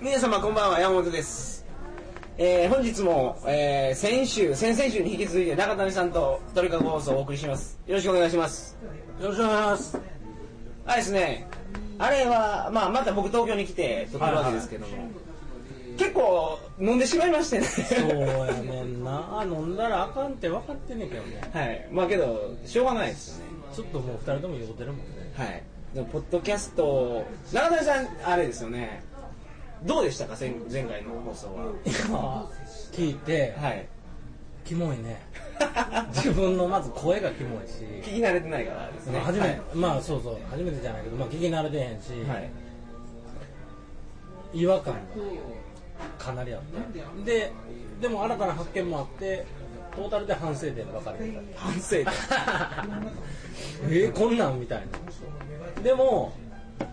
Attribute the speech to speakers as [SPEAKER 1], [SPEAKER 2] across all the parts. [SPEAKER 1] 皆様こんばんは山本です、えー本日も、えー先週先々週に引き続いて中谷さんと鳥かご放送をお送りしますよろしくお願いします
[SPEAKER 2] よろしくお願いします。
[SPEAKER 1] あれですねあれは、まあ、また僕東京に来て撮ってるわけですけども、結構飲んでしまいましてね
[SPEAKER 2] そうやねんな。飲んだらあかんって分かってんねんけど ね。
[SPEAKER 1] はいまあけどしょうがないですよね
[SPEAKER 2] ちょっともう二人とも酔ってるもんね。
[SPEAKER 1] はいでもポッドキャスト中谷さんあれですよねどうでしたか前前回の放送
[SPEAKER 2] いや聞いて、
[SPEAKER 1] ははい
[SPEAKER 2] キモいね。自分のまず声がキモいし、
[SPEAKER 1] 聞き慣れてないからですね
[SPEAKER 2] 初め、まあそうそう、初めてじゃないけど、まあ聞き慣れてへんし、
[SPEAKER 1] はい
[SPEAKER 2] 違和感がかなりあって。で、でも新たな発見もあって、トータルで反省点ばかりみたいな。
[SPEAKER 1] 反 省
[SPEAKER 2] えー、こんなんみたいなでも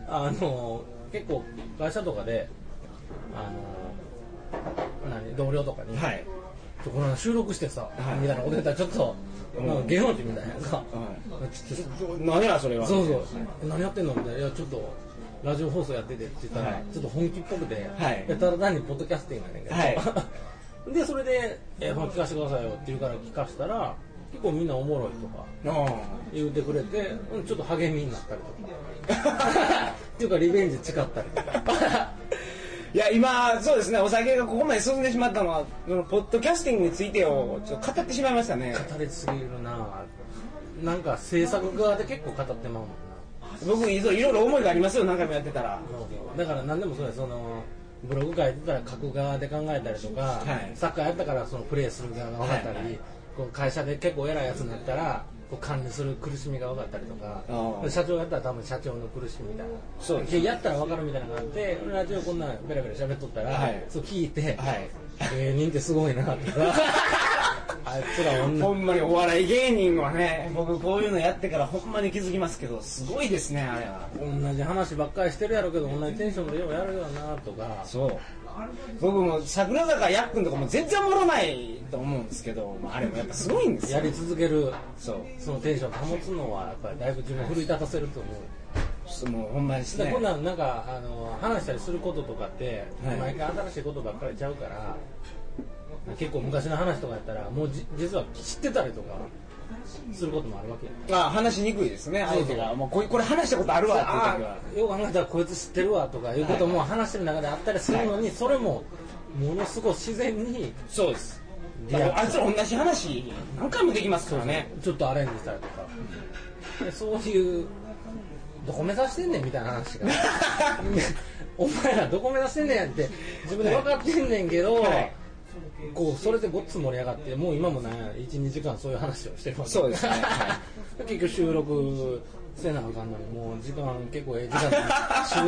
[SPEAKER 2] あの結構会社とかであの何同僚とかに、
[SPEAKER 1] はい
[SPEAKER 2] ちょこの収録してさ、
[SPEAKER 1] はい
[SPEAKER 2] みたいなこと言ったらちょっと、なんか芸能人みたいなさ、
[SPEAKER 1] は
[SPEAKER 2] ちょっと
[SPEAKER 1] 何やそれは
[SPEAKER 2] そうそう、何やってんのみたいな、いや、ちょっとラジオ放送やっててって言ったら、
[SPEAKER 1] はい
[SPEAKER 2] ちょっと本気っぽくて、
[SPEAKER 1] はい
[SPEAKER 2] いやただ単にポッドキャスティングやねんけど、
[SPEAKER 1] は
[SPEAKER 2] で、それで、えー、まあ聞かせてくださいよって言うから聞かせたら、結構みんなおもろいとか
[SPEAKER 1] あ
[SPEAKER 2] 言うてくれて、うん、ちょっと励みになったりと か、
[SPEAKER 1] あ
[SPEAKER 2] っていうか、リベンジ誓ったりと か。
[SPEAKER 1] いや今そうですねお酒がここまで進んでしまったのはそのポッドキャスティングについてをちょっと語ってしまいましたね
[SPEAKER 2] 語りすぎるななんか制作側で結構語ってまうもんな
[SPEAKER 1] 僕いろいろ思いがありますよ何回もやってたら
[SPEAKER 2] だから何でもそうやそのブログ書いてたら書く側で考えたりとか、
[SPEAKER 1] はい
[SPEAKER 2] サッカーやったからそのプレーする側が分かったり、
[SPEAKER 1] はいはい
[SPEAKER 2] こう会社で結構偉いやつになったらこう管理する苦しみが分かったりとか
[SPEAKER 1] あー
[SPEAKER 2] 社長やったら多分社長の苦しみみたいな
[SPEAKER 1] そうです
[SPEAKER 2] でやったら分かるみたいなのがあってラジオこんなんベラベラ喋っとったら、
[SPEAKER 1] はい
[SPEAKER 2] そう聞い て、
[SPEAKER 1] はい
[SPEAKER 2] 芸人ってすごいなとか あいつら女
[SPEAKER 1] ほんまにお笑い芸人はね僕こういうのやってからほんまに気づきますけどすごいですねあれは
[SPEAKER 2] 同じ話ばっかりしてるやろうけど同じテンションでようやるよなとか
[SPEAKER 1] そう僕も桜坂やっくんとかも全然おもろないと思うんですけどあれもやっぱすごいんです
[SPEAKER 2] や
[SPEAKER 1] よ
[SPEAKER 2] り続ける
[SPEAKER 1] そう
[SPEAKER 2] そのテンション保つのはやっぱりだいぶ自分を奮い立たせると思う、
[SPEAKER 1] そうもうほんまです
[SPEAKER 2] だから
[SPEAKER 1] ね
[SPEAKER 2] こんなんなんかあの話したりすることとかって、
[SPEAKER 1] はい
[SPEAKER 2] 毎回新しいことばっかりちゃうから結構昔の話とかやったらもうじ実は知ってたりとかすることもあるわけや
[SPEAKER 1] あ話しにくいですね
[SPEAKER 2] そうそう
[SPEAKER 1] 相手がもうこれこれ話したことあるわっていう時は
[SPEAKER 2] あーよく考えたらこいつ知ってるわとかいうことも話してる中であったりするのに、それもものすごい自然に
[SPEAKER 1] そうです
[SPEAKER 2] リアクション
[SPEAKER 1] あいつら同じ話何回もできますからね
[SPEAKER 2] ちょっとアレンジしたりとか、でそういうどこ目指してんねんみたいな 話がお前らどこ目指してんねんやって自分で分かってんねんけど、
[SPEAKER 1] はい
[SPEAKER 2] こうそれでごっつ盛り上がってもう今もなんや12時間そういう話をしてるわけ
[SPEAKER 1] そうですねは
[SPEAKER 2] 結局収録せなあかんのにもう時間結構ええ時 間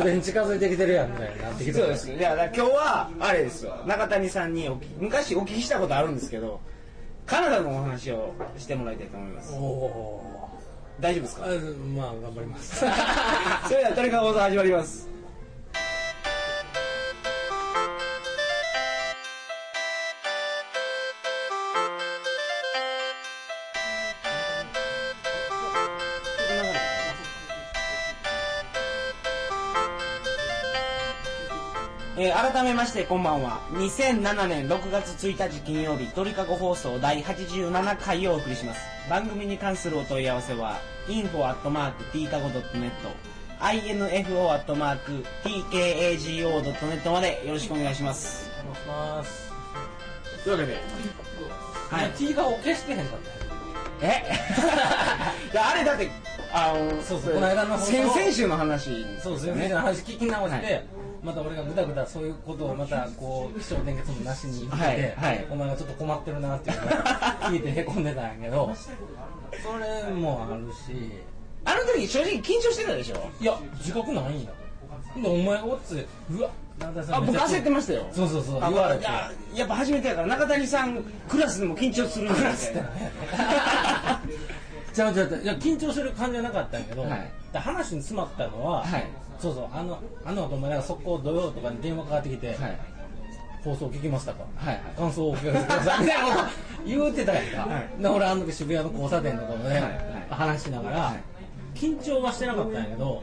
[SPEAKER 2] 終電近づいてきてるやんみたいになって
[SPEAKER 1] そ
[SPEAKER 2] き
[SPEAKER 1] う
[SPEAKER 2] て
[SPEAKER 1] ですいやだから今日はあれですよ中谷さんにお聞き昔お聞きしたことあるんですけどカナダのお話をしてもらいたいと思いま
[SPEAKER 2] お
[SPEAKER 1] す
[SPEAKER 2] お
[SPEAKER 1] 大丈夫です
[SPEAKER 2] ー
[SPEAKER 1] か
[SPEAKER 2] あまあ頑張ります
[SPEAKER 1] それではトリカゴ放送始まりますえー改めましてこんばんは2007年6月1日金曜日鳥かご放送第87回をお送りします番組に関するお問い合わせは info.tkago.net info.tkago.net までよろしくお願いします
[SPEAKER 2] お願いします
[SPEAKER 1] というわけでは
[SPEAKER 2] はいい、T がお消してへんかった
[SPEAKER 1] え いやあれだってあの
[SPEAKER 2] そうそうこの間の放送
[SPEAKER 1] 先々週の話です
[SPEAKER 2] そう
[SPEAKER 1] よ
[SPEAKER 2] ですね。先生の話聞き直して、
[SPEAKER 1] はい
[SPEAKER 2] また俺がぐだぐだそういうことをまたこう気象転結もなしに言ってて、
[SPEAKER 1] はいはい
[SPEAKER 2] お前がちょっと困ってるなっていうのを聞いてへこんでたんや けど、それもあるし、
[SPEAKER 1] あの時正直緊張してたでしょ
[SPEAKER 2] いや自覚ないんや。でお前おっつうわなんだそれ
[SPEAKER 1] あ僕焦ってましたよ
[SPEAKER 2] そうそうそう
[SPEAKER 1] あ
[SPEAKER 2] 言われて。
[SPEAKER 1] ややっぱ初めてやから中谷さんクラスでも緊張するんだ
[SPEAKER 2] クラスってなんやねん ちゃうちゃうちゃういや緊張する感じはなかったんやけど、
[SPEAKER 1] はい
[SPEAKER 2] で話に詰まったのは、
[SPEAKER 1] はい
[SPEAKER 2] そうそうあのあの後お前ら速攻土曜とかに電話かかってきて、
[SPEAKER 1] はい
[SPEAKER 2] 放送聞きましたか、
[SPEAKER 1] はいはい
[SPEAKER 2] 感想をお聞かせくだ さいみたいなこと言うてたやんか、
[SPEAKER 1] はい
[SPEAKER 2] で俺あの時渋谷の交差点のとこで、
[SPEAKER 1] いはい
[SPEAKER 2] 話しながら、
[SPEAKER 1] はい
[SPEAKER 2] 緊張はしてなかったんやけど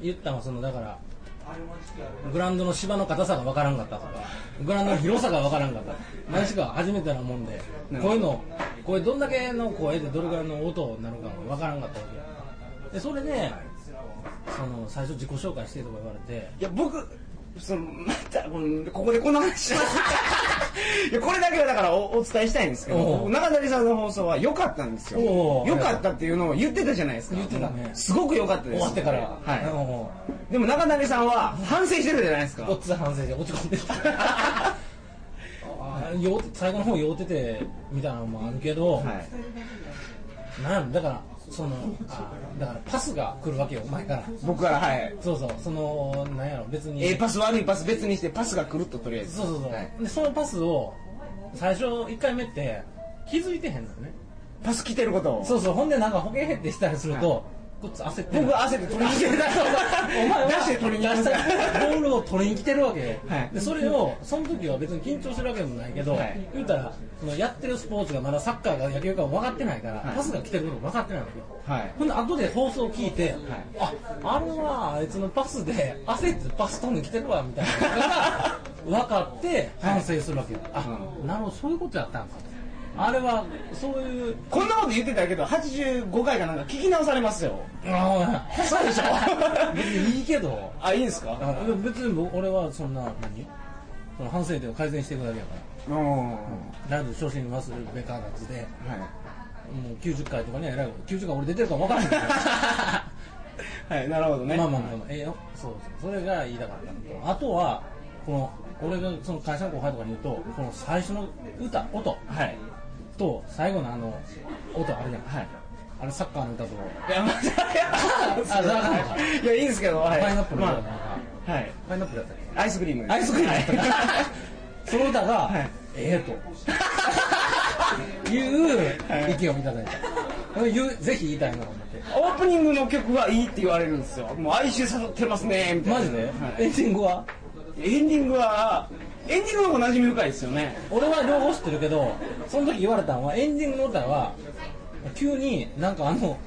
[SPEAKER 2] 言ったのはそのだからグラウンドの芝の硬さが分からんかったとかグラウンドの広さが分からんかった何しか初めてなもんでこういうのこれどんだけの声でどれぐらいの音になるかも分からんかったわけでそれでその最初自己紹介してとか言われて
[SPEAKER 1] いや、僕、その、また、このここでこんな話します いや、これだけはだからおお伝えしたいんですけ
[SPEAKER 2] お
[SPEAKER 1] ど、
[SPEAKER 2] う
[SPEAKER 1] 中谷さんの放送は良かったんですよ。
[SPEAKER 2] おう
[SPEAKER 1] 良かったっていうのを言ってたじゃないですか。
[SPEAKER 2] 言ってたね
[SPEAKER 1] すごく良かったです。
[SPEAKER 2] 終わってから
[SPEAKER 1] は
[SPEAKER 2] も
[SPEAKER 1] い。でも中谷さんは反省してるじゃないです
[SPEAKER 2] う
[SPEAKER 1] か
[SPEAKER 2] ご。っつ反省で落ち込んでた あー酔う最後の方酔うててみたいなのもあるけど、
[SPEAKER 1] はい。
[SPEAKER 2] なんだからそのあーだからパスが来るわけよお前から
[SPEAKER 1] 僕から、はい。
[SPEAKER 2] そうそうそのなんやろ別に
[SPEAKER 1] A パス悪いパス別にしてパスがくるっととりあえず
[SPEAKER 2] そうそうそう、
[SPEAKER 1] はい
[SPEAKER 2] でそのパスを最初1回目って気づいてへんのよね
[SPEAKER 1] パス来てることを
[SPEAKER 2] そうそうほんでなんか保険減ってしたりすると、こっち焦ってる
[SPEAKER 1] 僕焦って取りに来てる
[SPEAKER 2] お前は
[SPEAKER 1] 出して取りに来てる
[SPEAKER 2] 出したボールを取りに来てるわけよ、
[SPEAKER 1] はい
[SPEAKER 2] でそれをその時は別に緊張してるわけでもないけど、
[SPEAKER 1] はい
[SPEAKER 2] 言うたらそのやってるスポーツがまだサッカーが野球かも分かってないから、
[SPEAKER 1] はい
[SPEAKER 2] パスが来てることも分かってないわけよ
[SPEAKER 1] はい
[SPEAKER 2] ほんで後で放送聞いて、ああれはあいつのパスで焦ってパス飛んできてるわみたいなのが 分かって反省するわけよ、あ、なるほどそういうことやったんかとあれはそういう
[SPEAKER 1] こんなこと言ってたけど85回かなんか聞き直されますよ
[SPEAKER 2] ああそうでしょ別にいいけど
[SPEAKER 1] あいいんですか
[SPEAKER 2] あでも別に僕俺はそんな何その反省点を改善していくだけやか
[SPEAKER 1] うんは
[SPEAKER 2] らライブ初心に忘れるべからずで
[SPEAKER 1] い
[SPEAKER 2] もう90回とかねえらいこと90回俺出てるかも分からんけ ど
[SPEAKER 1] はいなるほどね
[SPEAKER 2] まあまあまあまあええよそうそうそれが言いたかったのとあとはこの俺がその会社の後輩とかに言うとこの最初の歌音
[SPEAKER 1] はい
[SPEAKER 2] と最後のあの音あるやん
[SPEAKER 1] はい
[SPEAKER 2] あれサッカーの歌と
[SPEAKER 1] いやまた
[SPEAKER 2] あだから
[SPEAKER 1] いやいいんですけどはい
[SPEAKER 2] パイナップルの
[SPEAKER 1] ま
[SPEAKER 2] 歌なんか
[SPEAKER 1] あはい
[SPEAKER 2] パイナップルだったっけ
[SPEAKER 1] アイスクリームです
[SPEAKER 2] アイスクリームやったから
[SPEAKER 1] はい
[SPEAKER 2] その歌が、
[SPEAKER 1] はい
[SPEAKER 2] ええという意見をいただいた、言うぜひ言いたいなと思って
[SPEAKER 1] オープニングの曲はいいって言われるんですよもう哀愁誘ってますねみたいな
[SPEAKER 2] マジ
[SPEAKER 1] は
[SPEAKER 2] で、
[SPEAKER 1] い
[SPEAKER 2] エンディングは
[SPEAKER 1] エンディングはエンディングの方が馴染み深いですよね
[SPEAKER 2] 俺は両方知ってるけどその時言われたのはエンディングの歌は急になんかあの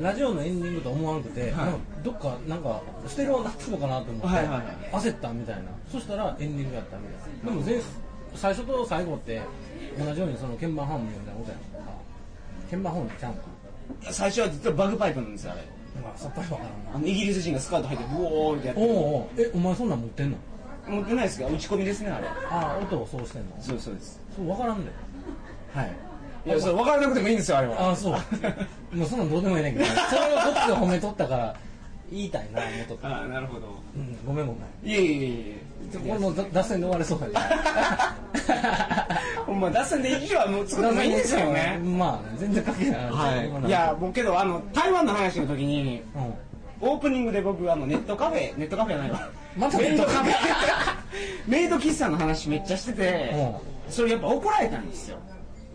[SPEAKER 2] ラジオのエンディングと思わなくて、なんかどっかなんかステレオなってるのかなと思って、
[SPEAKER 1] はいはいはい
[SPEAKER 2] 焦ったみたいなそしたらエンディングやったみたいなでも全最初と最後って同じようにその鍵盤ハーモニーみたいなことやんか鍵盤ハーモニーちゃうんか
[SPEAKER 1] 最初は実はバグパイプなんですよあれ
[SPEAKER 2] なんかさっぱりわからんな
[SPEAKER 1] あのイギリス人がスカート履いてブオーってやって
[SPEAKER 2] おうおうえお前そんなん持ってんの
[SPEAKER 1] 持ってないですか打ち込みですねあれ
[SPEAKER 2] ああ音をそうしてんの
[SPEAKER 1] そうそうです
[SPEAKER 2] そう分からんで
[SPEAKER 1] はいいやそれ分からなくてもいいんですよあれは
[SPEAKER 2] ああそう もうそんなんどうでもいいねんけどそれをこっちが褒めとったから言いたいな思っとった、
[SPEAKER 1] ああなるほど
[SPEAKER 2] うん、ごめんごめん
[SPEAKER 1] いえいえいえい
[SPEAKER 2] これもう脱線で終われそうやね
[SPEAKER 1] やほんま脱線で以上はも う作ってもいいんですよね
[SPEAKER 2] まあ全然関係ない
[SPEAKER 1] はいいや僕けどあの台湾の話の時に
[SPEAKER 2] うん
[SPEAKER 1] オープニングで僕あのネットカフェネットカフェじゃないわ
[SPEAKER 2] また
[SPEAKER 1] メイドカフェ
[SPEAKER 2] ネット
[SPEAKER 1] メイド喫茶の話めっちゃしててそれやっぱ怒られたんですよ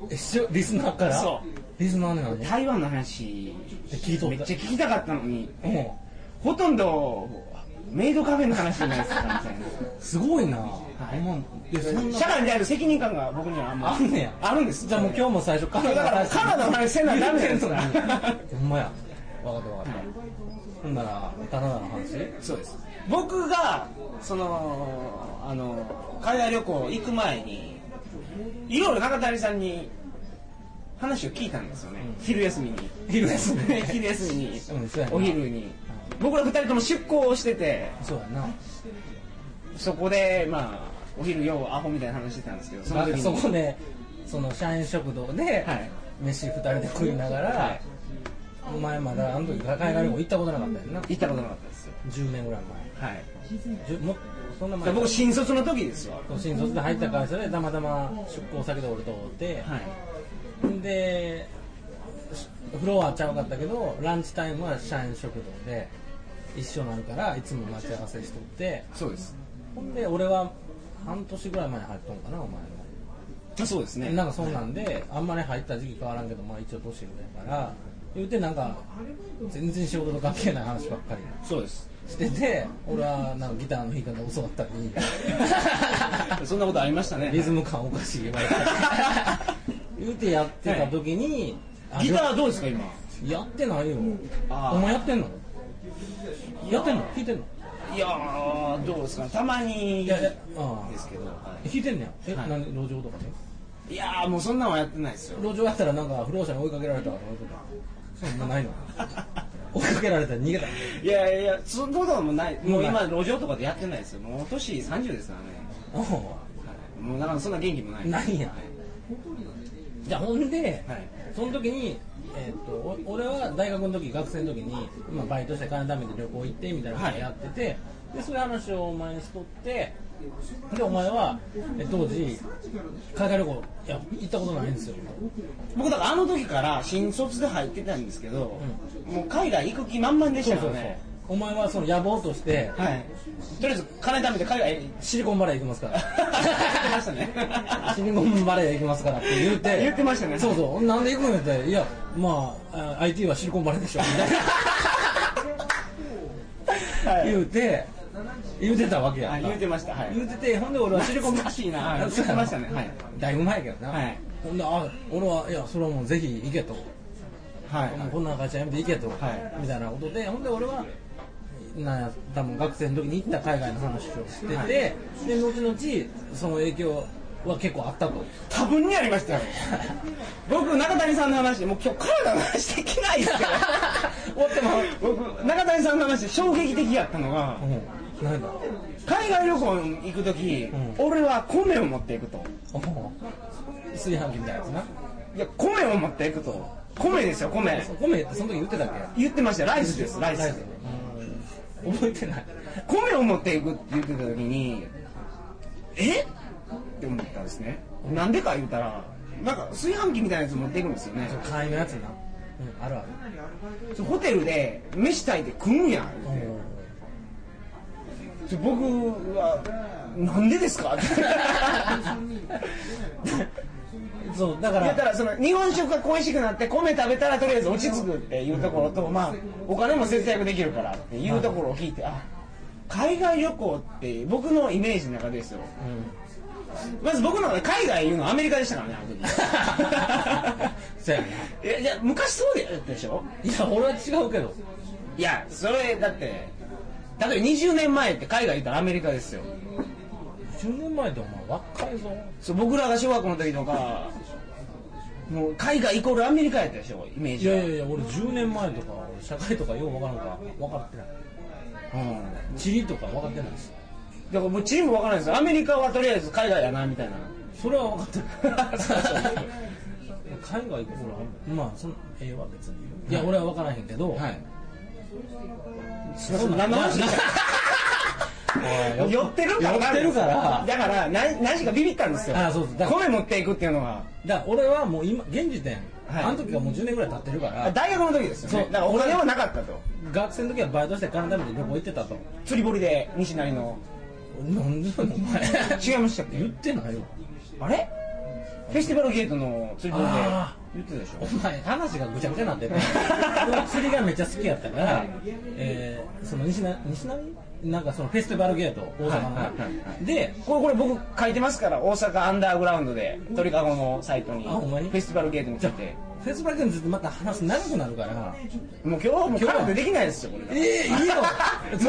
[SPEAKER 2] えしょリスナーから
[SPEAKER 1] そう
[SPEAKER 2] リスナーなのに
[SPEAKER 1] 台湾の話
[SPEAKER 2] 聞いと
[SPEAKER 1] め
[SPEAKER 2] っ
[SPEAKER 1] ったちゃ聞きたかったのに
[SPEAKER 2] うん
[SPEAKER 1] ほとんどメイドカフェの話じゃないですかみたいな
[SPEAKER 2] すごいな、
[SPEAKER 1] い
[SPEAKER 2] ほんまいやそんな
[SPEAKER 1] 社会に対する責任感が僕にはあんま
[SPEAKER 2] あんねや
[SPEAKER 1] あるんです
[SPEAKER 2] じゃあもう今日も最初カナ
[SPEAKER 1] だ
[SPEAKER 2] ダ
[SPEAKER 1] から
[SPEAKER 2] 話して
[SPEAKER 1] カナダの話せなダメなんです
[SPEAKER 2] ほんまや分かった分かったほんならカナダの話
[SPEAKER 1] そうです僕がそのあの海外旅行行く前にいろいろ中谷さんに話を聞いたんですよね、昼休みに
[SPEAKER 2] 昼休み
[SPEAKER 1] 昼休みに、
[SPEAKER 2] うんそうやな
[SPEAKER 1] お昼に僕ら二人とも出向をしてて
[SPEAKER 2] そうやな
[SPEAKER 1] そこでまあお昼ようアホみたいな話してたんですけどその時に
[SPEAKER 2] そこでその社員食堂で、
[SPEAKER 1] はい
[SPEAKER 2] 飯2人で食いながら、
[SPEAKER 1] はい
[SPEAKER 2] お前まだあの時海外旅行行ったことなかったよな
[SPEAKER 1] 行ったことなかったですよ
[SPEAKER 2] 10年ぐらい
[SPEAKER 1] はい
[SPEAKER 2] 前じゅもっそんな
[SPEAKER 1] だから
[SPEAKER 2] 前
[SPEAKER 1] 僕新卒の時ですよ
[SPEAKER 2] 新卒で入った会社でたまたま出向先で俺と会って、
[SPEAKER 1] はい
[SPEAKER 2] でしフロアちゃうかったけどランチタイムは社員食堂で一緒なるからいつも待ち合わせしとって
[SPEAKER 1] そうです
[SPEAKER 2] ほんで俺は半年ぐらい前に入っとんかなお前の
[SPEAKER 1] そうですね
[SPEAKER 2] なんかそうなんで、あんまり入った時期変わらんけど、まあ一応年上やから、言うてなんか、全然仕事と関係ない話ばっかり
[SPEAKER 1] そう です
[SPEAKER 2] してて、俺はなんかギターの弾き方教わっ たり、
[SPEAKER 1] そんなことありましたね
[SPEAKER 2] リズム感おかしい言わ れたり、言うてやってた時に、あ
[SPEAKER 1] ギターどうですか今
[SPEAKER 2] やってないよ。
[SPEAKER 1] あー
[SPEAKER 2] お前やってんのやってんの弾いてんの
[SPEAKER 1] いやーどうですかねたまに
[SPEAKER 2] い
[SPEAKER 1] で
[SPEAKER 2] やいやあ
[SPEAKER 1] すけどは
[SPEAKER 2] あ弾いてんねやえ、
[SPEAKER 1] はい
[SPEAKER 2] なんで路上とかね
[SPEAKER 1] いいやーもうそんなんはやってないですよ
[SPEAKER 2] 路上やったらなんか不老者に追いかけられたとかそういうことそんなない の追いかけられたら逃げた
[SPEAKER 1] いやいやそんなことはもうないもう今
[SPEAKER 2] も
[SPEAKER 1] 路上とかでやってないですよもう年30ですからね、
[SPEAKER 2] お
[SPEAKER 1] はい、もうだからそんな元気もない
[SPEAKER 2] ないんやじゃあほんで、
[SPEAKER 1] はい
[SPEAKER 2] その時に、えー、とお俺は大学の時学生の時に、まあ、バイトして金貯めて旅行行ってみたいなことやってて、でそういう話をお前にしとってでお前はえ当時海外旅行いや行ったことないんですよ
[SPEAKER 1] 僕だからあの時から新卒で入ってたんですけど、もう海外行く気満々でし
[SPEAKER 2] そ
[SPEAKER 1] た
[SPEAKER 2] う
[SPEAKER 1] か
[SPEAKER 2] そうそ
[SPEAKER 1] ら
[SPEAKER 2] う
[SPEAKER 1] ね
[SPEAKER 2] お前はその野望として
[SPEAKER 1] はいとりあえず金貯めて海外行っ
[SPEAKER 2] シリコンバレー行きますから
[SPEAKER 1] てましたね
[SPEAKER 2] シリコンバレー行きますからって言っ て
[SPEAKER 1] 言ってましたね
[SPEAKER 2] そうそうなんで行くんやったらいやまああ IT はシリコンバレーでしょみたいな
[SPEAKER 1] はい
[SPEAKER 2] 言うて言うてたわけや
[SPEAKER 1] あ
[SPEAKER 2] んか
[SPEAKER 1] 言うてましたはい
[SPEAKER 2] 言うててほんで俺はシリコン
[SPEAKER 1] 懐かしいなはい
[SPEAKER 2] そ
[SPEAKER 1] 言
[SPEAKER 2] うや
[SPEAKER 1] ってましたねはい
[SPEAKER 2] だいぶ前やけどな、
[SPEAKER 1] はい
[SPEAKER 2] ほんであ俺はいやそれはもうぜひ行けと、
[SPEAKER 1] は
[SPEAKER 2] もうこんな会社辞めて行けと、
[SPEAKER 1] はい
[SPEAKER 2] みたいなことでほんで俺はなんや多分学生の時に行った海外の話をしてて、
[SPEAKER 1] はい
[SPEAKER 2] で後々その影響は結構あったと
[SPEAKER 1] 多分にありましたよ僕中谷さんの話もう今日カナダの話できないです けど
[SPEAKER 2] 終わってまう
[SPEAKER 1] 僕中谷さんの話で衝撃的やったのが
[SPEAKER 2] うん何だ
[SPEAKER 1] 海外旅行行く時、
[SPEAKER 2] ん
[SPEAKER 1] 俺は米を持っていくと
[SPEAKER 2] お炊飯器みたいなやつない
[SPEAKER 1] や米を持っていくと米ですよ米
[SPEAKER 2] そう米ってその時言ってたっ
[SPEAKER 1] 言ってましたよライスですラ
[SPEAKER 2] け
[SPEAKER 1] イス
[SPEAKER 2] うん覚えてない
[SPEAKER 1] 米を持っていくって言ってた時にえって思ったんですねなんでか言うたらなんか炊飯器みたいなやつ持っていくんですよね
[SPEAKER 2] 会員のやつな、うん、あるある
[SPEAKER 1] そうホテルで飯炊いて食うんや言うてちょ僕はなんでですかって
[SPEAKER 2] そうだか
[SPEAKER 1] だかららその日本食が恋しくなって米食べたらとりあえず落ち着くっていうところと、まあ、お金も節約できるからっていうところを聞いてあ海外旅行って僕のイメージの中ですよ
[SPEAKER 2] う
[SPEAKER 1] まず僕の中で海外いうのはアメリカでした からねあの
[SPEAKER 2] んそうや
[SPEAKER 1] 時いやいや昔そうでやったでしょ
[SPEAKER 2] ないや俺は違うけど
[SPEAKER 1] いやそれだって例えば20年前って海外行ったらアメリカですよ
[SPEAKER 2] 10年前でお前若いぞ
[SPEAKER 1] そう僕らが小学校の時とかもう海外イコールアメリカやったでしょイメー
[SPEAKER 2] い
[SPEAKER 1] ジは
[SPEAKER 2] やいやいや俺10年前とか俺社会とかよう分からんから分かってない
[SPEAKER 1] うん
[SPEAKER 2] 地理とか分かってないし
[SPEAKER 1] だからもうチームわからないですよアメリカはとりあえず海外やなみたいな
[SPEAKER 2] それは分か ってる
[SPEAKER 1] そうそう
[SPEAKER 2] 海外行く頃あんのまあそのええわ別にいや俺は分からへんけど、
[SPEAKER 1] はい
[SPEAKER 2] そんな
[SPEAKER 1] 何の話 でし
[SPEAKER 2] おい
[SPEAKER 1] 寄ってるから
[SPEAKER 2] 寄ってるから
[SPEAKER 1] だから何何しかビビったんですよ
[SPEAKER 2] あそうそうだから
[SPEAKER 1] 米持っていくっていうのは
[SPEAKER 2] だから俺はもう今現時点、
[SPEAKER 1] はい
[SPEAKER 2] あの時がもう10年ぐらい経ってるから
[SPEAKER 1] 大学の時ですよね
[SPEAKER 2] そう
[SPEAKER 1] だからお金はなかったと
[SPEAKER 2] 学生の時はバイトして金貯めて旅行行ってたと
[SPEAKER 1] 釣り堀で西成の
[SPEAKER 2] なんでお 前
[SPEAKER 1] 違いましたっ
[SPEAKER 2] 言っ
[SPEAKER 1] け
[SPEAKER 2] てないよ
[SPEAKER 1] あれフェスティバルゲートの釣り堀で
[SPEAKER 2] あ
[SPEAKER 1] 言ってたでし
[SPEAKER 2] お
[SPEAKER 1] ょ
[SPEAKER 2] 前話がぐちゃぐちゃに なってて俺は釣りがめっちゃ好きやったから、えーその西成西成なんかそのフェスティバルゲート大
[SPEAKER 1] はい
[SPEAKER 2] 阪の、
[SPEAKER 1] はいはいは
[SPEAKER 2] で
[SPEAKER 1] これこれ僕書いてますから大阪アンダーグラウンドで鳥かごのサイトにフ
[SPEAKER 2] あほんまに
[SPEAKER 1] ェスティバルゲートにつ
[SPEAKER 2] じゃ
[SPEAKER 1] い
[SPEAKER 2] あ
[SPEAKER 1] て
[SPEAKER 2] フェスティバルゲートについてまた話長くなるから
[SPEAKER 1] もう今日はもうカラーでできないですよこれ
[SPEAKER 2] ええいい よ
[SPEAKER 1] も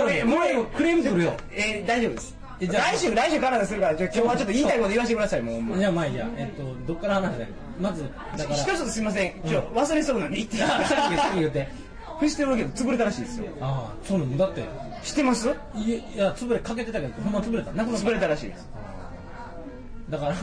[SPEAKER 1] うええもうええ
[SPEAKER 2] クレーム来るよ
[SPEAKER 1] えー、大丈夫です。
[SPEAKER 2] えじゃあ
[SPEAKER 1] 来週、来週からでするから、じゃあ今日はちょっと言いたいこと言わせてください、もう。
[SPEAKER 2] いやまあいいやえっとどっから話だよまずだから
[SPEAKER 1] 一 つすいません、今日忘れそうなんで 言って。フ
[SPEAKER 2] あさっきさっき言うて
[SPEAKER 1] ェスティバルゲート潰れたらしいですよ。
[SPEAKER 2] ああそうなのだって
[SPEAKER 1] 知ってます
[SPEAKER 2] いやいや潰れかけてたけどほんま潰れたなくなった
[SPEAKER 1] 潰れたらしいです。
[SPEAKER 2] だから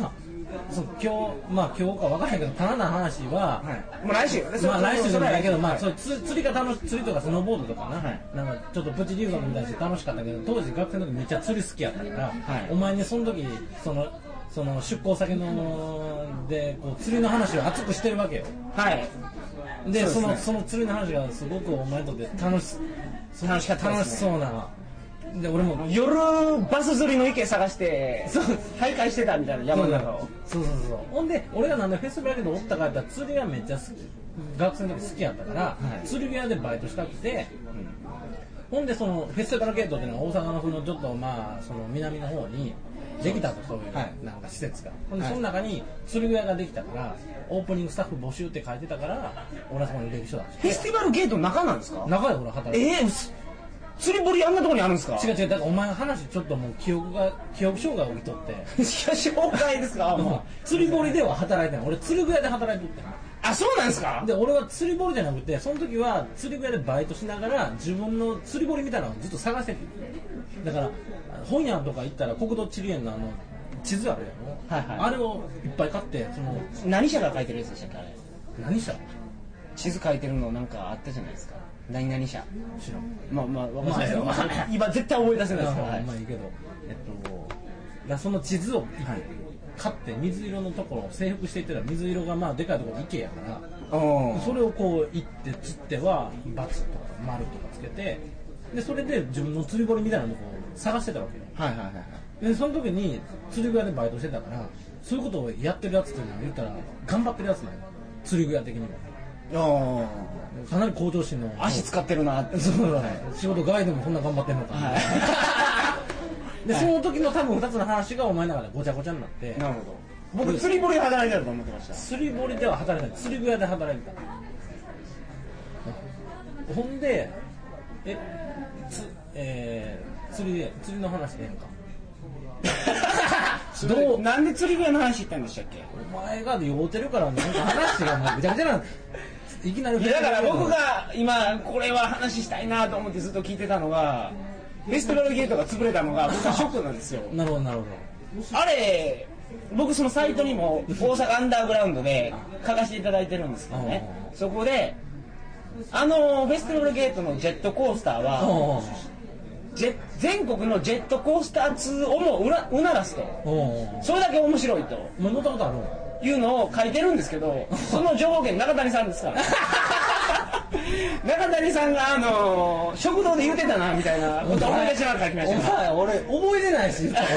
[SPEAKER 2] そう今日まあ今日か分からへんけど棚の話は、
[SPEAKER 1] はい。もう来週。
[SPEAKER 2] まあ来週じゃないけど、まあ、
[SPEAKER 1] そ
[SPEAKER 2] そううつ釣りが楽し釣りとかスノーボードとかな,、
[SPEAKER 1] はい
[SPEAKER 2] なんかちょっとプチ留学みたいにして楽しかったけど当時学生の時めっちゃ釣り好きやったから、
[SPEAKER 1] はい
[SPEAKER 2] お前にその時そのその出向先のでこう釣りの話を熱くしてるわけよ
[SPEAKER 1] はい。
[SPEAKER 2] で
[SPEAKER 1] そ
[SPEAKER 2] そ
[SPEAKER 1] うですね
[SPEAKER 2] のその釣りの話がすごくお前にとって楽し
[SPEAKER 1] 楽しかったですね
[SPEAKER 2] 楽しそうなで俺も
[SPEAKER 1] 夜、バス釣りの池探して、
[SPEAKER 2] そう
[SPEAKER 1] 徘徊してたみたいな、山の中を。
[SPEAKER 2] そうそうそうほんで俺がなんでフェス部屋でおったかやったら釣りがめっちゃ好き学生の時好きやったから、
[SPEAKER 1] はい
[SPEAKER 2] 釣り部屋でバイトしたくて、ほんでそのフェスティバルゲートっていうのは大阪の風のちょっとまあその南の方にできたとそういう
[SPEAKER 1] はい
[SPEAKER 2] なんか施設が、ほんで
[SPEAKER 1] はい
[SPEAKER 2] その中に釣り部屋ができたからオープニングスタッフ募集って書いてたから俺はそこに履歴書出し
[SPEAKER 1] フェ
[SPEAKER 2] て
[SPEAKER 1] スティバルゲートの中なんですか
[SPEAKER 2] 中で俺は働いて
[SPEAKER 1] ええー、うっす釣り堀あんなとこにあるんですか
[SPEAKER 2] 違う違うだからお前の話ちょっともう記憶が記憶障害起きとって
[SPEAKER 1] う紹介です かあ もう
[SPEAKER 2] 釣り堀では働いてない俺釣り具屋で働いてって
[SPEAKER 1] あそうなんですか
[SPEAKER 2] で俺は釣り堀じゃなくてその時は釣り具屋でバイトしながら自分の釣り堀みたいなのをずっと探しててだから本屋とか行ったら国土地理園のあの地図あるやろ、
[SPEAKER 1] はいはい
[SPEAKER 2] あれをいっぱい買ってその
[SPEAKER 1] 何社が書いてるやつでしたっけあれ
[SPEAKER 2] 何した
[SPEAKER 1] 地図書いてるのなんかあったじゃないですか何々社
[SPEAKER 2] 知らん
[SPEAKER 1] まあまあわかんないですよ
[SPEAKER 2] まあまあ
[SPEAKER 1] 今絶対思い出せないです
[SPEAKER 2] あ
[SPEAKER 1] か
[SPEAKER 2] ま
[SPEAKER 1] ら、は
[SPEAKER 2] あ
[SPEAKER 1] い
[SPEAKER 2] まあいいけど、えっと、だその地図を買って、水色のところを征服していったら、水色がまあでかいところで池やから、
[SPEAKER 1] うん
[SPEAKER 2] それをこう行って釣っては、バツとか丸とかつけて、でそれで自分の釣り堀みたいなのをこう探してたわけよ。
[SPEAKER 1] はいはいはいはい
[SPEAKER 2] でその時に釣り具屋でバイトしてたからそういうことをやってるやつっていうのは言ったら頑張ってるやつなんよ釣り具屋的にも
[SPEAKER 1] あ
[SPEAKER 2] かなり向上心の
[SPEAKER 1] あ足使ってるなって
[SPEAKER 2] そうだね仕事外でもこんな頑張ってんのか、
[SPEAKER 1] は
[SPEAKER 2] でその時の多分2つの話がお前の中でごちゃごちゃになって
[SPEAKER 1] なるほど僕釣り堀で働いてると思ってました
[SPEAKER 2] 釣り堀では働いてない釣り具屋で働いてたほんでえつ、えー釣りで釣りの話でええんか
[SPEAKER 1] それ
[SPEAKER 2] どう
[SPEAKER 1] なんで釣り具屋の話行ったんでしたっけ
[SPEAKER 2] お前が酔うてるからなんか話がもうぐちゃぐちゃなんいきなり
[SPEAKER 1] いやだから僕が今これは話したいなと思ってずっと聞いてたのがフェスティバルゲートが潰れたのが僕はショックなんですよ
[SPEAKER 2] なるほどなるほ
[SPEAKER 1] あれ僕そのサイトにも大阪アンダーグラウンドで書かせていただいてるんですけどねそこであのフェスティバルゲートのジェットコースター
[SPEAKER 2] ど
[SPEAKER 1] は
[SPEAKER 2] おう
[SPEAKER 1] ジェ全国のジェットコースター2をもうなうならすと
[SPEAKER 2] おうおう
[SPEAKER 1] それだけ面白いと
[SPEAKER 2] お前乗ったことある
[SPEAKER 1] いうのを書いてるんですけ どその情報源中谷さんです から中谷さんがあの食堂で言うてたなみたいなことを思い出しながら書きましたよ
[SPEAKER 2] お前俺覚えてないし言ったこ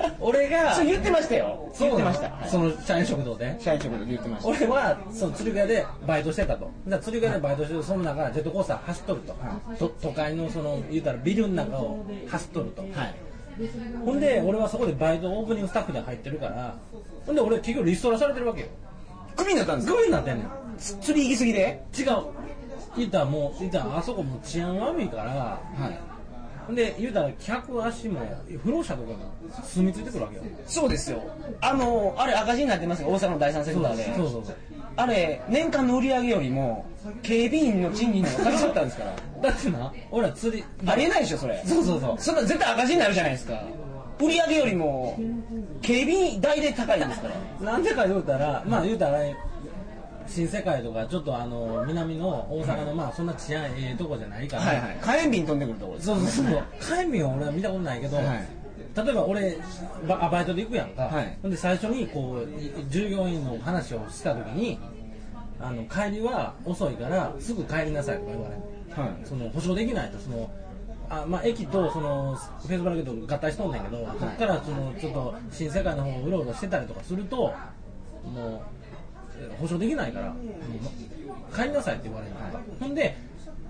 [SPEAKER 2] と俺が
[SPEAKER 1] そう言ってましたよ言ってましたはい
[SPEAKER 2] その社員食堂で
[SPEAKER 1] 社員食堂で言ってました
[SPEAKER 2] 俺はその釣り具屋でバイトしてたとじゃあ釣り具屋でバイトしてるその中ジェットコースター走っとると,と、都会のその言うたらビルの中を走っとると、
[SPEAKER 1] はい
[SPEAKER 2] ほんで俺はそこでバイトオープニングスタッフで入ってるからほんで俺結局リストラされてるわけよ
[SPEAKER 1] クビになったんです
[SPEAKER 2] グ
[SPEAKER 1] か
[SPEAKER 2] ミになってんねん
[SPEAKER 1] つ釣り行き過ぎで
[SPEAKER 2] 違う言うたらもう言うたらあそこもう治安悪いから
[SPEAKER 1] はい
[SPEAKER 2] ほんで言うたら客足も不老者とかが住み着いてくるわけよ
[SPEAKER 1] そうですよあのあれ赤字になってますよ大阪の第三セクターで
[SPEAKER 2] そうそうそう
[SPEAKER 1] あれ年間の売り上げよりも警備員の賃金の方が高かったんですから
[SPEAKER 2] だってな俺ら釣り
[SPEAKER 1] ありえないでしょそれ
[SPEAKER 2] そうそうそう
[SPEAKER 1] そんな絶対赤字になるじゃないですか売り上げよりも警備代で高いんですから
[SPEAKER 2] なんでか言うたら、まあ言うたら、新世界とか、ちょっとあの、南の大阪の、まあそんな治安ええとこじゃないから、
[SPEAKER 1] はいはい火炎瓶飛んでくるところです
[SPEAKER 2] そうそうそう、海民は俺は見たことないけど、
[SPEAKER 1] はい
[SPEAKER 2] 例えば俺バ、あバイトで行くやんか、
[SPEAKER 1] はい
[SPEAKER 2] ほんで最初にこうい従業員の話をしたときに、あの帰りは遅いから、すぐ帰りなさいとか言われる。
[SPEAKER 1] はい
[SPEAKER 2] その保証できないとそのあまあ、駅とそのフェイスブックと合体しとんねんけど、そこからそのちょっと新世界の方をうろうろしてたりとかすると、もうえ保証できないから、もう帰りなさいって言われるのか、ほんで、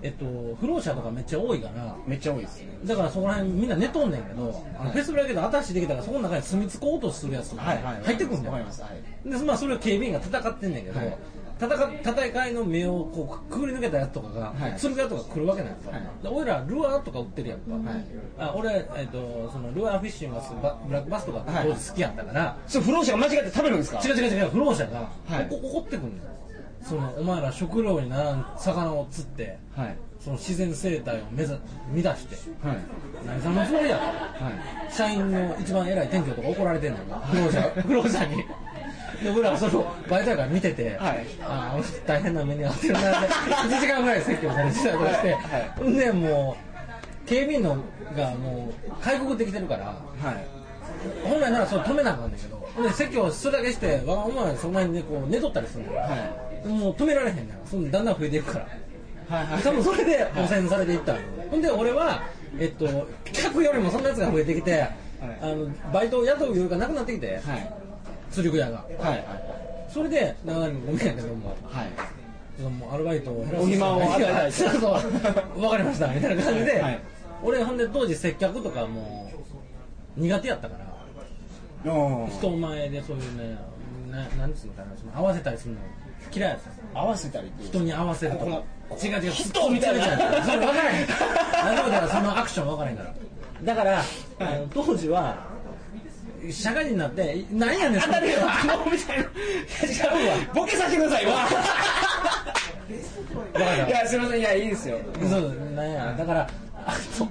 [SPEAKER 2] えっと、不老者とかめっちゃ多いから、
[SPEAKER 1] めっちゃ多いですね
[SPEAKER 2] だからそこら辺みんな寝とんねんけど、あのフェイスブックと新しいできたから、そこの中に住み着こうとするやつとか入ってくるんだよ。
[SPEAKER 1] わかりますはい
[SPEAKER 2] で、まあ、それを警備員が戦ってんねんけど、
[SPEAKER 1] はい
[SPEAKER 2] 戦戦いの目をこうくぐり抜けたやつとかが、
[SPEAKER 1] はい
[SPEAKER 2] 釣り具屋とか来るわけなんですよ、
[SPEAKER 1] はい
[SPEAKER 2] で俺らルアーとか売ってるやんか、
[SPEAKER 1] はい
[SPEAKER 2] あ俺、えっとそのルアーフィッシングがバブラックバスとか
[SPEAKER 1] はい
[SPEAKER 2] 当時好きやったから、
[SPEAKER 1] それ不老者が間違って食べるんですか
[SPEAKER 2] 違う違う違う不老者が、
[SPEAKER 1] はい
[SPEAKER 2] お怒ってくんねんそのお前ら食料にならん魚を釣って
[SPEAKER 1] はい
[SPEAKER 2] その自然生態を目ざ乱して
[SPEAKER 1] はい
[SPEAKER 2] 何様のつもりやと
[SPEAKER 1] はい
[SPEAKER 2] 社員の一番偉い店長とか怒られてんのよな不老者 不老者 にで僕らはそのバイトやから見てて、
[SPEAKER 1] はい
[SPEAKER 2] ああ大変な目に遭ってるな って1時間ぐらい説教されてたりとかして、
[SPEAKER 1] は
[SPEAKER 2] でもう警備員のがもう開国できてるから
[SPEAKER 1] はい
[SPEAKER 2] 本来ならそれ止めなあかんねんけどで説教するだけしてわがままにその辺でこう寝とったりするのよ、
[SPEAKER 1] は
[SPEAKER 2] もう止められへんねんそんでだんだん増えていくから
[SPEAKER 1] はいはい
[SPEAKER 2] 多分それで汚染されていったの、ほんで俺は、えっと、客よりもそんなやつが増えてきて、あのバイトを雇う余裕がなくなってきて、
[SPEAKER 1] はい
[SPEAKER 2] 釣り具屋が
[SPEAKER 1] はい
[SPEAKER 2] それで長谷にごめんやけども
[SPEAKER 1] はい
[SPEAKER 2] そのもうアルバイトを減ら
[SPEAKER 1] お暇を与えたい
[SPEAKER 2] そうそう分かりましたみたいな感じで、
[SPEAKER 1] はい
[SPEAKER 2] 俺ほんで当時接客とかもう苦手やったから
[SPEAKER 1] おー
[SPEAKER 2] 人前でそういうねななんつうのかなその合わせたりするの嫌いやった
[SPEAKER 1] 合わせたりっていう
[SPEAKER 2] 人に合わせると
[SPEAKER 1] こ
[SPEAKER 2] か
[SPEAKER 1] の
[SPEAKER 2] 違う違うツッ
[SPEAKER 1] 人
[SPEAKER 2] コミ
[SPEAKER 1] みた
[SPEAKER 2] 釣
[SPEAKER 1] い
[SPEAKER 2] れ
[SPEAKER 1] な
[SPEAKER 2] ちゃうそれ分から へんからなぜだからそのアクション分からへんからだから、あの当時は社会人になって「なんやねん
[SPEAKER 1] 当たるよ
[SPEAKER 2] その
[SPEAKER 1] あ のみたいな
[SPEAKER 2] 違うわ
[SPEAKER 1] ボケさせてくださいわ
[SPEAKER 2] だから
[SPEAKER 1] いやすいませんいやいいですよ
[SPEAKER 2] そうなんやだからあと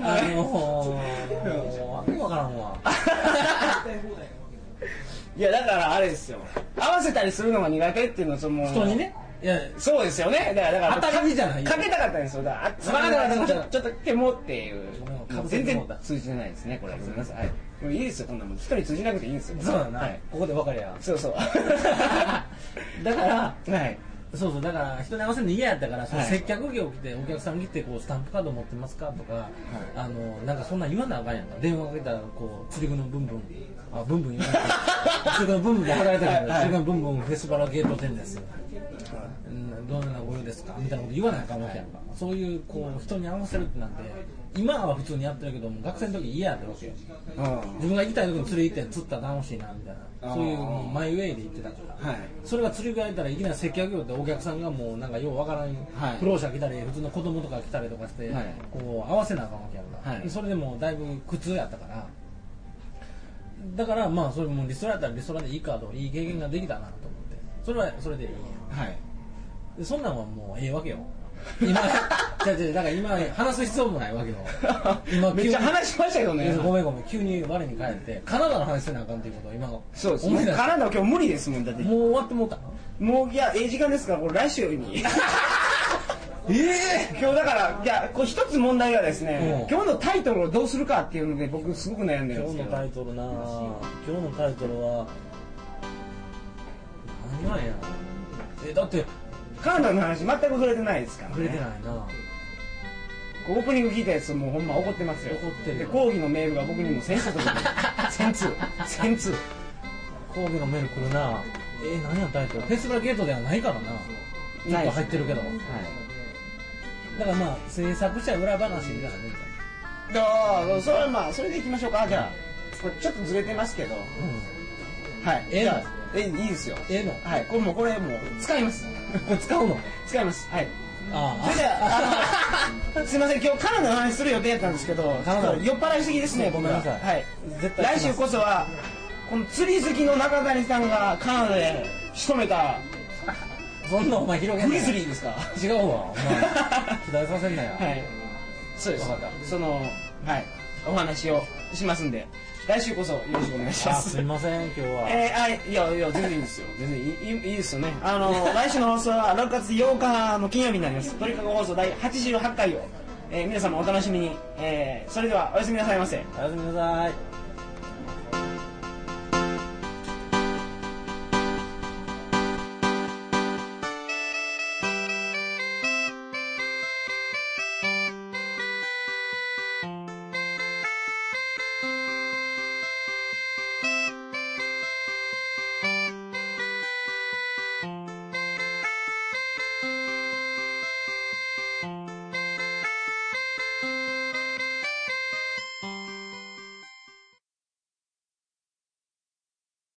[SPEAKER 2] あのー、わけわからんわ
[SPEAKER 1] いやだからあれですよ合わせたりするのが苦手っていうのはその
[SPEAKER 2] 人にねいや
[SPEAKER 1] そうですよねだからだから
[SPEAKER 2] 当たりじゃないよ
[SPEAKER 1] かけたかったんですよだからあつまらなかったからちょっとちょっとでもっていう
[SPEAKER 2] うん
[SPEAKER 1] もう全然通じてないですねこれすみませんはいもういいですよこんなもん一人通じなくていいんですよ
[SPEAKER 2] そうだな、
[SPEAKER 1] はい
[SPEAKER 2] ここで分かりや
[SPEAKER 1] そうそう
[SPEAKER 2] だから
[SPEAKER 1] はい
[SPEAKER 2] そうそうだから人に合わせるの嫌やったから、その
[SPEAKER 1] はい
[SPEAKER 2] 接客業来てお客さん来てこうスタンプカード持ってますかとか、あのなんかそんなん言わなあかんやんか電話かけたらこう釣り具のブンブンあブンブン言 わない釣り具のブンブンで働いてるから、
[SPEAKER 1] はいはい
[SPEAKER 2] 釣り具のブンブンフェスバラゲート店ですよ、うんどんなご用ですかみたいなこと言わなあかんわけやんか、そういうこう人に合わせるってなんて今は普通にやってるけども学生の時嫌やったわけよ
[SPEAKER 1] うん
[SPEAKER 2] 自分が行きたい時に釣り行って釣ったら楽しいなみたいなそういうもうマイウェイで行ってたから
[SPEAKER 1] はい
[SPEAKER 2] それが釣り具屋行ったらいきなり接客業ってお客さんがもうなんかようわからん、
[SPEAKER 1] はい
[SPEAKER 2] 苦労者来たり普通の子供とか来たりとかして、
[SPEAKER 1] はい
[SPEAKER 2] こう合わせなあかんわけやんか、
[SPEAKER 1] はい
[SPEAKER 2] それでもうだいぶ苦痛やったからだからまあそれもリストラやったらリストラでいいかといい経験ができたなと思ってそれはそれでいいや
[SPEAKER 1] はい
[SPEAKER 2] でそんなんはもうええわけよ今 じゃじゃだから今話す必要もないわけよ今急 に
[SPEAKER 1] めっちゃ話しましたけど
[SPEAKER 2] いや
[SPEAKER 1] ね
[SPEAKER 2] ごめんごめん急に我に返ってカナダの話せなあかんっていうことを今の
[SPEAKER 1] そうです
[SPEAKER 2] 思い出し
[SPEAKER 1] カ
[SPEAKER 2] た
[SPEAKER 1] ナダは今日無理ですもんだって
[SPEAKER 2] もう終わってもうた
[SPEAKER 1] もういやええ時間ですからこれ来週に
[SPEAKER 2] え
[SPEAKER 1] 今日だからいやこれ一つ問題がですね
[SPEAKER 2] うん
[SPEAKER 1] 今日のタイトルをどうするかっていうので僕すごく悩んでるん
[SPEAKER 2] 今
[SPEAKER 1] ですけ
[SPEAKER 2] 日の
[SPEAKER 1] ど
[SPEAKER 2] タイトルな今日のタイトルは何なんやえだって
[SPEAKER 1] カナダの話全く触れてないですから、ね、
[SPEAKER 2] 触れてないな、
[SPEAKER 1] オープニング聞いたやつもうほんま怒ってますよ
[SPEAKER 2] 怒ってる
[SPEAKER 1] で抗議のメールが僕にも先通届いてる 先通先通
[SPEAKER 2] 神戸のメール来るなえ何やタイトルフェスラゲートではないからなちょ
[SPEAKER 1] ない
[SPEAKER 2] っと
[SPEAKER 1] です
[SPEAKER 2] 入ってるけどだからまあ制作者裏話みたいなね
[SPEAKER 1] はいああそれはまあそれでいきましょうかじゃあこれちょっとずれてますけど
[SPEAKER 2] うん
[SPEAKER 1] はい
[SPEAKER 2] ええ
[SPEAKER 1] じ
[SPEAKER 2] の
[SPEAKER 1] ゃあえいいですよ
[SPEAKER 2] ええの
[SPEAKER 1] はいこれもうこれもう使い ます
[SPEAKER 2] これ使うの
[SPEAKER 1] 使いますはい
[SPEAKER 2] あ
[SPEAKER 1] それではあのすいません今日カナダの話する予定やったんですけどちょ
[SPEAKER 2] ナ
[SPEAKER 1] っ
[SPEAKER 2] ダ
[SPEAKER 1] と酔っ払いすぎですね
[SPEAKER 2] ご
[SPEAKER 1] 僕
[SPEAKER 2] めん
[SPEAKER 1] は
[SPEAKER 2] なさい
[SPEAKER 1] はい
[SPEAKER 2] 絶対
[SPEAKER 1] 来週こそはこの釣り好きの中谷さんがカナダで仕留めた
[SPEAKER 2] そんなお前広げん
[SPEAKER 1] フリ
[SPEAKER 2] なよ
[SPEAKER 1] スリーですか
[SPEAKER 2] 違うわ お前期待させんなよ、
[SPEAKER 1] はいそうです
[SPEAKER 2] わかった
[SPEAKER 1] そのはいお話をしますんで来週こそよろしくお願いしま
[SPEAKER 2] あ
[SPEAKER 1] す
[SPEAKER 2] すいません今日は、
[SPEAKER 1] えー、あいやいや全然いいですよ全然いいいいいいですよねあの来週の放送は6月8日の金曜日になります鳥かご放送第88回を、えー皆様お楽しみに、えーそれではおやすみなさいませ
[SPEAKER 2] おやすみなさい